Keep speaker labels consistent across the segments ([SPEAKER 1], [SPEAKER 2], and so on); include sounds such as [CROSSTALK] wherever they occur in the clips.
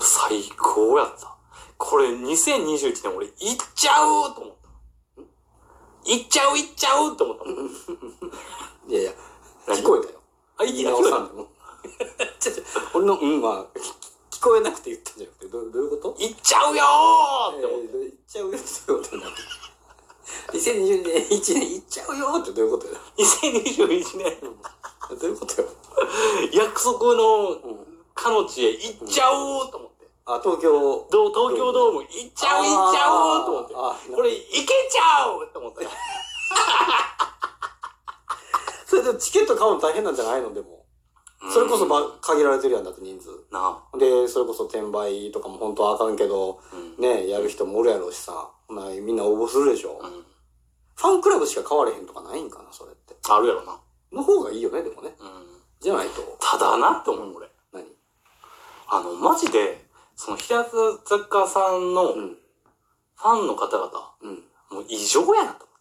[SPEAKER 1] 最高やった。これ2021年俺行っちゃうと思った。行っちゃう行っちゃうと思ったもん。
[SPEAKER 2] いやいや、
[SPEAKER 1] 何
[SPEAKER 2] 聞こえたよ。
[SPEAKER 1] あ、
[SPEAKER 2] 言
[SPEAKER 1] い
[SPEAKER 2] い
[SPEAKER 1] い
[SPEAKER 2] 直さ
[SPEAKER 1] 行
[SPEAKER 2] んでも。ちょちょ俺のうんは、き聞こえなくて言ったんじゃなくて、どどういうこと
[SPEAKER 1] っちゃうよーって思っ
[SPEAKER 2] えー言っちゃうよってどういうことになって ?2020 年、1年行っちゃうよってどういうことよ。
[SPEAKER 1] た。2021年、
[SPEAKER 2] どういうことよ。
[SPEAKER 1] 約束の彼の地へ行っちゃおうと思って。
[SPEAKER 2] あ、東京。
[SPEAKER 1] どう東京ドーム行っちゃう行っちゃおうと思って。
[SPEAKER 2] あー
[SPEAKER 1] これ行けちゃうと思った。
[SPEAKER 2] それでチケット買うの大変なんじゃないのでも。それこそば限られてるやんだって人数。
[SPEAKER 1] なあ。
[SPEAKER 2] で、それこそ転売とかも本当はあかんけど、
[SPEAKER 1] うん
[SPEAKER 2] ね、やる人もおるやろうしさ。ほなみんな応募するでしょ。
[SPEAKER 1] うん
[SPEAKER 2] ファンクラブしか買われへんとかないんかな、それって。
[SPEAKER 1] あるやろな。
[SPEAKER 2] の方がいいよね、でもね。
[SPEAKER 1] うん
[SPEAKER 2] じゃないと。
[SPEAKER 1] ただなって思う俺。
[SPEAKER 2] 何
[SPEAKER 1] あの、マジで、その平坂さんのフ
[SPEAKER 2] ん。
[SPEAKER 1] ァンの方々、
[SPEAKER 2] う
[SPEAKER 1] もう異常やなと思っ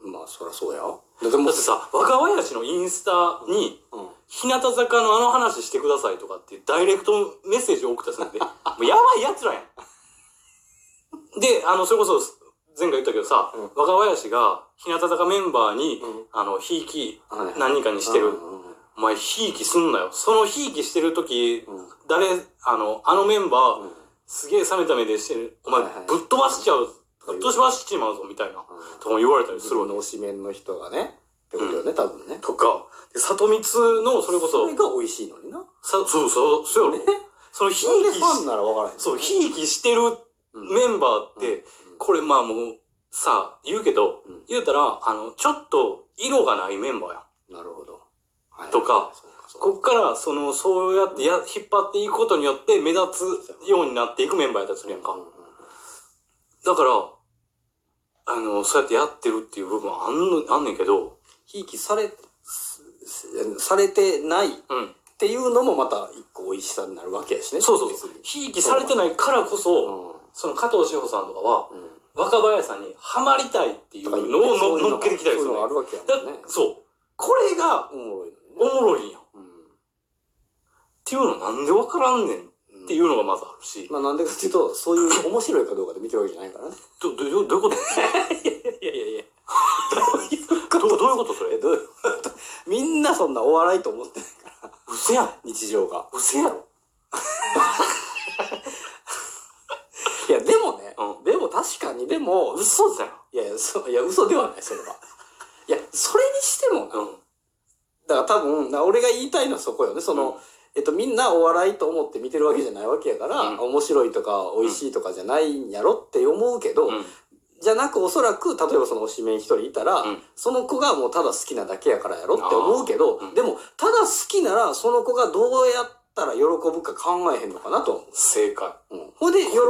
[SPEAKER 1] て。
[SPEAKER 2] ん。まあ、そりゃそうや。だって
[SPEAKER 1] だ
[SPEAKER 2] も
[SPEAKER 1] って、
[SPEAKER 2] う
[SPEAKER 1] さ、若林のインスタに、
[SPEAKER 2] うん。
[SPEAKER 1] 日向坂のあの話してくださいとかってダイレクトメッセージを送ったりす
[SPEAKER 2] [LAUGHS]
[SPEAKER 1] るんで、もうやばい奴らやん。で、あの、それこそ、前回言ったけどさ、
[SPEAKER 2] うん
[SPEAKER 1] 若林が日向坂メンバーに、
[SPEAKER 2] うん
[SPEAKER 1] あの、ひいき
[SPEAKER 2] はい
[SPEAKER 1] 何人かにしてる。
[SPEAKER 2] うんうんうん
[SPEAKER 1] お前、ひいきすんなよ。そのひいきしてる時、
[SPEAKER 2] うん
[SPEAKER 1] 誰、あの、あのメンバー、
[SPEAKER 2] うん
[SPEAKER 1] すげえ冷めた目でしてる。お前、
[SPEAKER 2] はいはい
[SPEAKER 1] ぶっ飛ばしちゃう。ぶっ飛ばしちまうぞ、みたいな。とも言われたりす
[SPEAKER 2] そ
[SPEAKER 1] る
[SPEAKER 2] れ
[SPEAKER 1] わ
[SPEAKER 2] は
[SPEAKER 1] ね。
[SPEAKER 2] 推しメンの人がね。ってことよね、多分ね。
[SPEAKER 1] とか、で、里光の、それこそ、
[SPEAKER 2] れが美味しいのにな。
[SPEAKER 1] さ、そうそう、そうやろ。その、ひい
[SPEAKER 2] なんで
[SPEAKER 1] き
[SPEAKER 2] フ
[SPEAKER 1] し
[SPEAKER 2] ァンならわからへんの。
[SPEAKER 1] そう、ひいきしてるメンバーって、これまあもう、さ、言うけど
[SPEAKER 2] うん、
[SPEAKER 1] 言うたら、あの、ちょっと、色がないメンバーやん。
[SPEAKER 2] なるほど。はい
[SPEAKER 1] とか
[SPEAKER 2] そうそう
[SPEAKER 1] こっから、その、そうやってや、引っ張っていくことによって、目立つようになっていくメンバーやったりするやんか
[SPEAKER 2] うん。うん
[SPEAKER 1] だから、あの、そうやってやってるっていう部分はあんの、あんねんけど、
[SPEAKER 2] ひいきされ、すすされてないっ
[SPEAKER 1] うん。
[SPEAKER 2] ていうのもまた一個美味しさになるわけやしね。
[SPEAKER 1] そうそう
[SPEAKER 2] 別
[SPEAKER 1] そう
[SPEAKER 2] に。
[SPEAKER 1] ひいきされてないからこそ、その加藤志保さんとかは、
[SPEAKER 2] うん。うん。
[SPEAKER 1] 若林さんにハマりたいっていうのを
[SPEAKER 2] そういう
[SPEAKER 1] の乗っけてきたりする
[SPEAKER 2] そういうの
[SPEAKER 1] のよ
[SPEAKER 2] あるわけ
[SPEAKER 1] だ
[SPEAKER 2] やもんね。
[SPEAKER 1] [LAUGHS] そう。これが、
[SPEAKER 2] おもろい
[SPEAKER 1] おも
[SPEAKER 2] のにね。
[SPEAKER 1] ろいんや。っ
[SPEAKER 2] うん
[SPEAKER 1] ていうのなんでわからんねんっていうのがまずあるし。
[SPEAKER 2] まあなんでかっていうと、そういう面白いかどうかで見てるわけじゃないからね。
[SPEAKER 1] ど、ど、どどういうこと
[SPEAKER 2] いやいやいや。
[SPEAKER 1] ど、 [LAUGHS] どういうことそれ
[SPEAKER 2] え、どういうこと [LAUGHS] みんなそんなお笑いと思ってないから、
[SPEAKER 1] 嘘やん。
[SPEAKER 2] 日常が。
[SPEAKER 1] 嘘やろ。
[SPEAKER 2] いや、でもね、
[SPEAKER 1] うん
[SPEAKER 2] でも確かに、でも、
[SPEAKER 1] 嘘じゃん。
[SPEAKER 2] いやいや、そういや、嘘ではない、それは。いや、それにしてもな、
[SPEAKER 1] うん。
[SPEAKER 2] だから多分、な俺が言いたいのはそこよね。その、
[SPEAKER 1] うん
[SPEAKER 2] えっと、みんなお笑いと思って見てるわけじゃないわけやから、
[SPEAKER 1] うん
[SPEAKER 2] 面白いとか美味しいとかじゃないんやろって思うけど、
[SPEAKER 1] うん。
[SPEAKER 2] じゃなくおそらく、例えばその推しメン一人いたら、
[SPEAKER 1] うん
[SPEAKER 2] その子がもうただ好きなだけやからやろって思うけど、
[SPEAKER 1] あーうん
[SPEAKER 2] でも、ただ好きならその子がどうやったら喜ぶか考えへんのかなと思
[SPEAKER 1] 正解。
[SPEAKER 2] う。うん。ほんで、喜んでる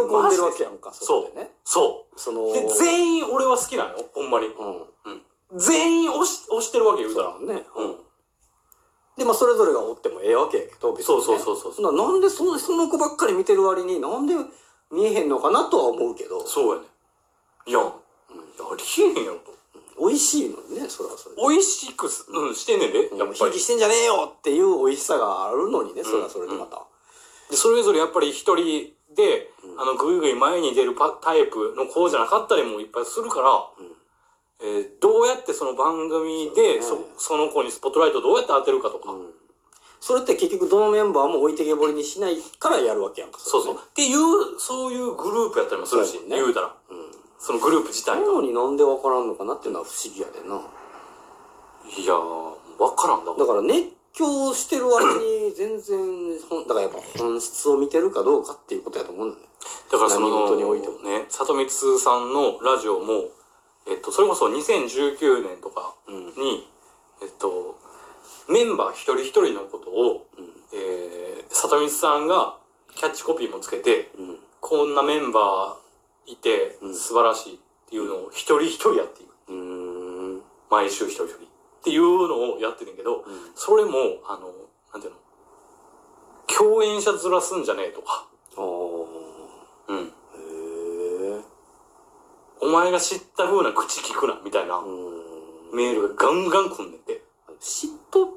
[SPEAKER 2] わけやんか、
[SPEAKER 1] ジで
[SPEAKER 2] そこでね。
[SPEAKER 1] そ。
[SPEAKER 2] そうの、
[SPEAKER 1] で、全員俺は好きなのよ。ほんまに。
[SPEAKER 2] うん。
[SPEAKER 1] 全員押し、押してるわけ言う
[SPEAKER 2] そ
[SPEAKER 1] た
[SPEAKER 2] うだ
[SPEAKER 1] ら
[SPEAKER 2] も。んね。
[SPEAKER 1] う
[SPEAKER 2] うんん。で、まあ、それぞれがおってもええわけやけど、別に、
[SPEAKER 1] そ
[SPEAKER 2] ね。
[SPEAKER 1] うそうそうそう。
[SPEAKER 2] ななんでそその子ばっかり見てる割になんで見えへんのかなとは思うけど
[SPEAKER 1] そうやね。いや、いやありえへんやろと。
[SPEAKER 2] 美味しいのにねそれはそれで
[SPEAKER 1] 美味しくす、うん、してんねんで、やっぱ
[SPEAKER 2] ひい
[SPEAKER 1] り
[SPEAKER 2] き。してんじゃねえよっていう美味しさがあるのにねそれはそれでまた、
[SPEAKER 1] でそれぞれやっぱり一人で、あの、ぐいぐい前に出るパタイプの子じゃなかったりもいっぱいするから、えーどうやってその番組で、
[SPEAKER 2] そ
[SPEAKER 1] そ
[SPEAKER 2] うね
[SPEAKER 1] その子にスポットライトをどうやって当てるかとか、
[SPEAKER 2] うんそれって結局どのメンバーも置いてけぼりにしないからやるわけやんか
[SPEAKER 1] そうそう。っていう、そういうグループやったりもするし、
[SPEAKER 2] そうやもんね
[SPEAKER 1] 言うたら。
[SPEAKER 2] う、うん、
[SPEAKER 1] そのグループ自体が。
[SPEAKER 2] なのになんでわからんのかなっていうのは不思議やでない
[SPEAKER 1] やー、わからんだ。
[SPEAKER 2] だから熱狂してる割に全然本だからやっぱ本質を見てるかどうかっていうことやと思うんだよね
[SPEAKER 1] だからその、
[SPEAKER 2] 何事においても
[SPEAKER 1] ね、里光さんのラジオも、えっと、それこそ2019年とかに、
[SPEAKER 2] う
[SPEAKER 1] え
[SPEAKER 2] ん
[SPEAKER 1] っと、メンバー一人一人のことを、えー、里光さんがキャッチコピーもつけて、
[SPEAKER 2] うん
[SPEAKER 1] こんなメンバーいて
[SPEAKER 2] うん
[SPEAKER 1] 素晴らしいっていうのを一人一人やっていく。
[SPEAKER 2] うんうん
[SPEAKER 1] 毎週一人一人。っていうのをやってるんけど、それも、あの、なんていうの、共演者ずらすんじゃねえとか、
[SPEAKER 2] ああ
[SPEAKER 1] うん。
[SPEAKER 2] へえ。
[SPEAKER 1] お前が知った風な口聞くな、みたいな。
[SPEAKER 2] うん。
[SPEAKER 1] メールがガンガン来んねんて。
[SPEAKER 2] 嫉妬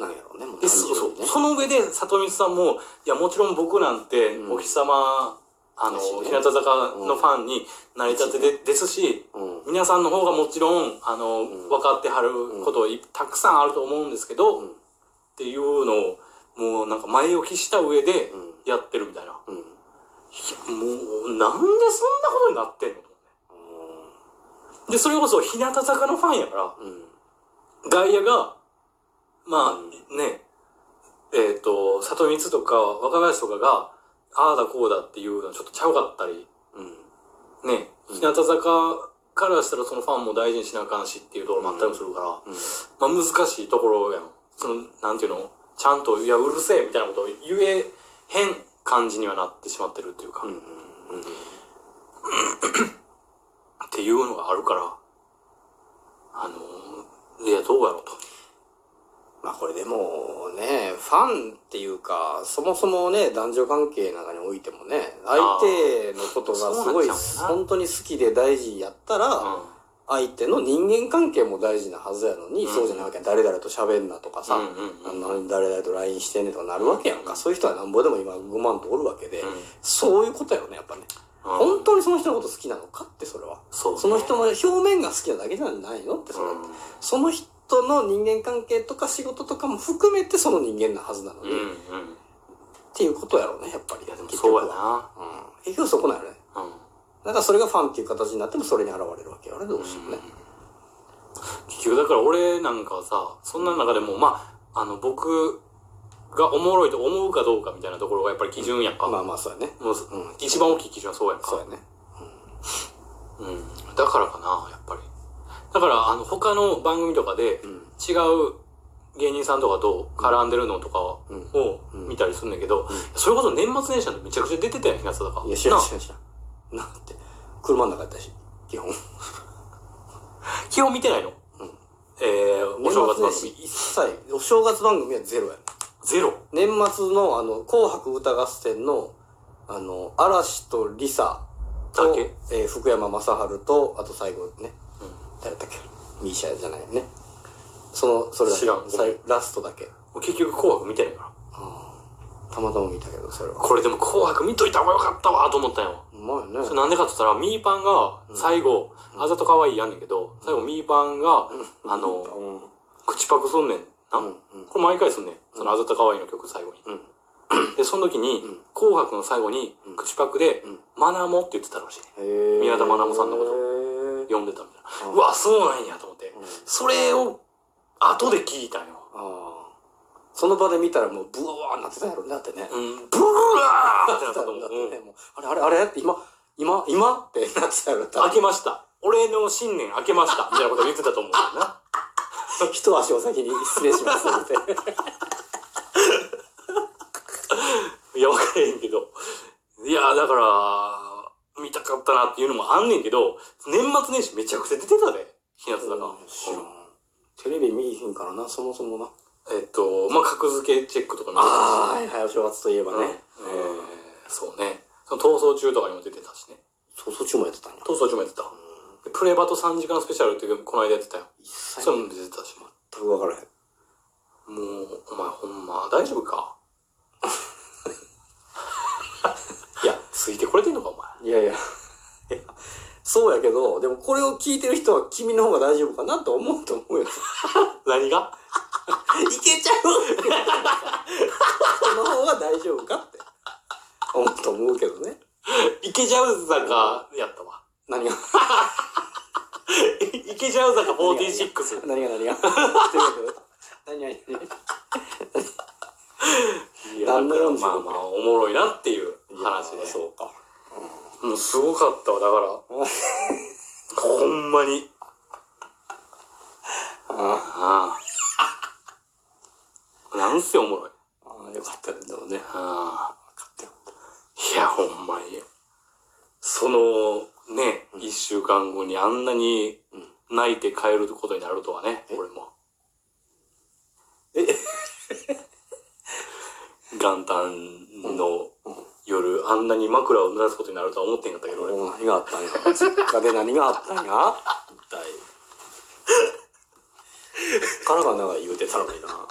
[SPEAKER 2] なんやろね、もう
[SPEAKER 1] で、そ
[SPEAKER 2] 単純に
[SPEAKER 1] そ
[SPEAKER 2] ね
[SPEAKER 1] その上で、里見さんも、いや、もちろん僕なんて、
[SPEAKER 2] うん
[SPEAKER 1] お日様あの、
[SPEAKER 2] そうです
[SPEAKER 1] 日
[SPEAKER 2] ね
[SPEAKER 1] 向坂のファンになりたてでですし、
[SPEAKER 2] うん。
[SPEAKER 1] 皆さんの方がもちろん、あの、
[SPEAKER 2] ん
[SPEAKER 1] 分かってはることいたくさんあると思うんですけど、
[SPEAKER 2] うん
[SPEAKER 1] っていうのを、もうなんか前置きした上でやってるみたいな。
[SPEAKER 2] うん。うん。
[SPEAKER 1] もう、なんでそんなことになってんので、それこそ日向坂のファンやから、
[SPEAKER 2] うん。
[SPEAKER 1] 外野が、まあ
[SPEAKER 2] うん
[SPEAKER 1] ね、えっ、と、里光とか若林とかが、ああだこうだっていうのはちょっとちゃうかったり、
[SPEAKER 2] うん。
[SPEAKER 1] ね、日向坂からしたらそのファンも大事にしなあかんしっていうところもあったりもするから、
[SPEAKER 2] うん。
[SPEAKER 1] まあ難しいところやん。その、なんていうのちゃんと、いや、うるせえみたいなことを言えへん感じにはなってしまってるっていうか、
[SPEAKER 2] うん
[SPEAKER 1] っ。ていうのがあるから、あのー、いや、どうやろうと。
[SPEAKER 2] まあこれでもね、ファンっていうか、そもそもね、男女関係なんかにおいてもね、相
[SPEAKER 1] あ
[SPEAKER 2] 手のことがすご
[SPEAKER 1] そう
[SPEAKER 2] い
[SPEAKER 1] なっちゃうよな
[SPEAKER 2] 本当に好きで大事やったら、相手の人間関係も大事なはずやのに、
[SPEAKER 1] うん
[SPEAKER 2] そうじゃなきゃ誰々と喋んなとかさ、
[SPEAKER 1] うんうん
[SPEAKER 2] あ
[SPEAKER 1] うん
[SPEAKER 2] んなに誰々と LINE してんねんとかなるわけやんか。そういう人はなんぼでも今5万とおるわけで、
[SPEAKER 1] うん
[SPEAKER 2] そういうことやよね、やっぱね。
[SPEAKER 1] うん
[SPEAKER 2] 本当にその人のこと好きなのかって、それは。
[SPEAKER 1] そうね
[SPEAKER 2] その人の表面が好きなだけじゃないのって、それって。その人の人間関係とか仕事とかも含めてその人間なはずなの
[SPEAKER 1] う
[SPEAKER 2] に、
[SPEAKER 1] んうん
[SPEAKER 2] っ
[SPEAKER 1] うん
[SPEAKER 2] ていうことやろうねやっぱり
[SPEAKER 1] でも
[SPEAKER 2] 結局
[SPEAKER 1] そう
[SPEAKER 2] は
[SPEAKER 1] やな
[SPEAKER 2] うん、結局そこなんやろね
[SPEAKER 1] うん
[SPEAKER 2] だからそれがファンっていう形になってもそれに現れるわけよねどうしてもね
[SPEAKER 1] 結局だから俺なんかはさそんな中でもまああの僕がおもろいと思うかどうかみたいなところがやっぱり基準やんか、
[SPEAKER 2] まあまあそうやね
[SPEAKER 1] もう
[SPEAKER 2] うん
[SPEAKER 1] 一番大きい基準はそうやん
[SPEAKER 2] そう
[SPEAKER 1] か
[SPEAKER 2] やね
[SPEAKER 1] う、ん、だからかなやっぱりだからあの他の番組とかで
[SPEAKER 2] うん
[SPEAKER 1] 違う芸人さんとかと絡んでるのとかを
[SPEAKER 2] うん
[SPEAKER 1] 見たりするんだけど、それこそ年末年始なんてめちゃくちゃ出てたやん日向坂
[SPEAKER 2] いや知らん
[SPEAKER 1] な
[SPEAKER 2] 知らん知らんなんて車の中やったし基本
[SPEAKER 1] 基本見てないの、えー、お
[SPEAKER 2] 年
[SPEAKER 1] 正月番
[SPEAKER 2] 末年始
[SPEAKER 1] 組
[SPEAKER 2] 一切お正月番組はゼロやね
[SPEAKER 1] ゼロ
[SPEAKER 2] 年末のあの「紅白歌合戦の」あの嵐とリサと
[SPEAKER 1] だけ、
[SPEAKER 2] えー福山雅治とあと最後ね、誰だっけミーシャじゃないよねそのそれだけ
[SPEAKER 1] 知らん
[SPEAKER 2] さいラストだけ
[SPEAKER 1] もう結局紅白見てないから
[SPEAKER 2] たまたま見たけどそれは
[SPEAKER 1] これでも紅白見といた方がよかったわと思ったよ。
[SPEAKER 2] うまいね
[SPEAKER 1] それなんでかって言ったら、ミーパンが最後、あざと可愛いやんねんけど、最後ミーパンが、あの、
[SPEAKER 2] うん
[SPEAKER 1] 口パクすんねん。な
[SPEAKER 2] うんうん
[SPEAKER 1] これ毎回すんねん。そのあざと可愛いの曲最後に。
[SPEAKER 2] うん
[SPEAKER 1] で、その時に
[SPEAKER 2] ん、
[SPEAKER 1] 紅白の最後に、口パクで
[SPEAKER 2] ん、
[SPEAKER 1] マナモって言ってたらしいね。
[SPEAKER 2] へー
[SPEAKER 1] 宮田真奈美さんのこと
[SPEAKER 2] へー
[SPEAKER 1] 読んでたみたいな。
[SPEAKER 2] うん
[SPEAKER 1] うわ、そうなんやと思って
[SPEAKER 2] ん。
[SPEAKER 1] それを、後で聞いたんよ。
[SPEAKER 2] ああその場で見たらもうブワーなってたやろねだってね、
[SPEAKER 1] うん、ブルワーってなったと思
[SPEAKER 2] だっ
[SPEAKER 1] う。う
[SPEAKER 2] てね
[SPEAKER 1] ん
[SPEAKER 2] もうあれあれあれって今今今ってなってたやろ多分
[SPEAKER 1] 明けました。俺の新年明けま
[SPEAKER 2] [LAUGHS]
[SPEAKER 1] した。みたいなこと言ってたと思うんだよな。
[SPEAKER 2] 一足お先に失礼します [LAUGHS] って言って。
[SPEAKER 1] いや、わからへんけど。いや、だから、見たかったなっていうのもあんねんけど、年末年始めちゃくちゃ出てたで、日向坂。うん
[SPEAKER 2] テレビ見いひんからな、そもそもな。
[SPEAKER 1] えっと、まあ、格付けチェックとかも
[SPEAKER 2] ああ、はいはい、お正月といえばね。
[SPEAKER 1] うんえーそうね。その逃走中とかにも出てたしね。
[SPEAKER 2] そう、そっちもやってたんや。
[SPEAKER 1] 逃走中もやってた。でプレバト3時間スペシャルっていうのもこの間やってたよ。
[SPEAKER 2] 一切
[SPEAKER 1] それも出てたし。も
[SPEAKER 2] 全く分からへん。
[SPEAKER 1] う、お前ほんま、大丈夫かいや、ついてこれてんのか、お前。
[SPEAKER 2] いやい [LAUGHS] や。いやそうやけど、でもこれを聞いてる人は君の方が大丈夫かなと思うと思う [LAUGHS] よ。い
[SPEAKER 1] 何が
[SPEAKER 2] けちゃうその方が大丈夫かって思うと思うけどね。
[SPEAKER 1] 池ジャウ坂やったわ。
[SPEAKER 2] 何が、
[SPEAKER 1] 池ジャウ坂46。
[SPEAKER 2] 何が何が。何が何が。
[SPEAKER 1] いや、だから
[SPEAKER 2] 何の46
[SPEAKER 1] まあまあ、おもろいなっていう話で。
[SPEAKER 2] そう [LAUGHS] か。
[SPEAKER 1] もうすごかったわ、だから。ほんまに。
[SPEAKER 2] あ
[SPEAKER 1] ああ。なんせおもろい。
[SPEAKER 2] あああ、よかったね、でもね。
[SPEAKER 1] ああ。
[SPEAKER 2] 買ってよ
[SPEAKER 1] いや、ほんまに。その、ね、一、週間後にあんなに泣いて帰ることになるとはね、俺も。
[SPEAKER 2] え
[SPEAKER 1] [LAUGHS] 元旦の夜、あんなに枕を濡らすことになるとは思ってんかったけど、俺
[SPEAKER 2] 俺
[SPEAKER 1] も。
[SPEAKER 2] も何があったんや実家で何があったん [LAUGHS] や一体。からが長い言うてたのにな。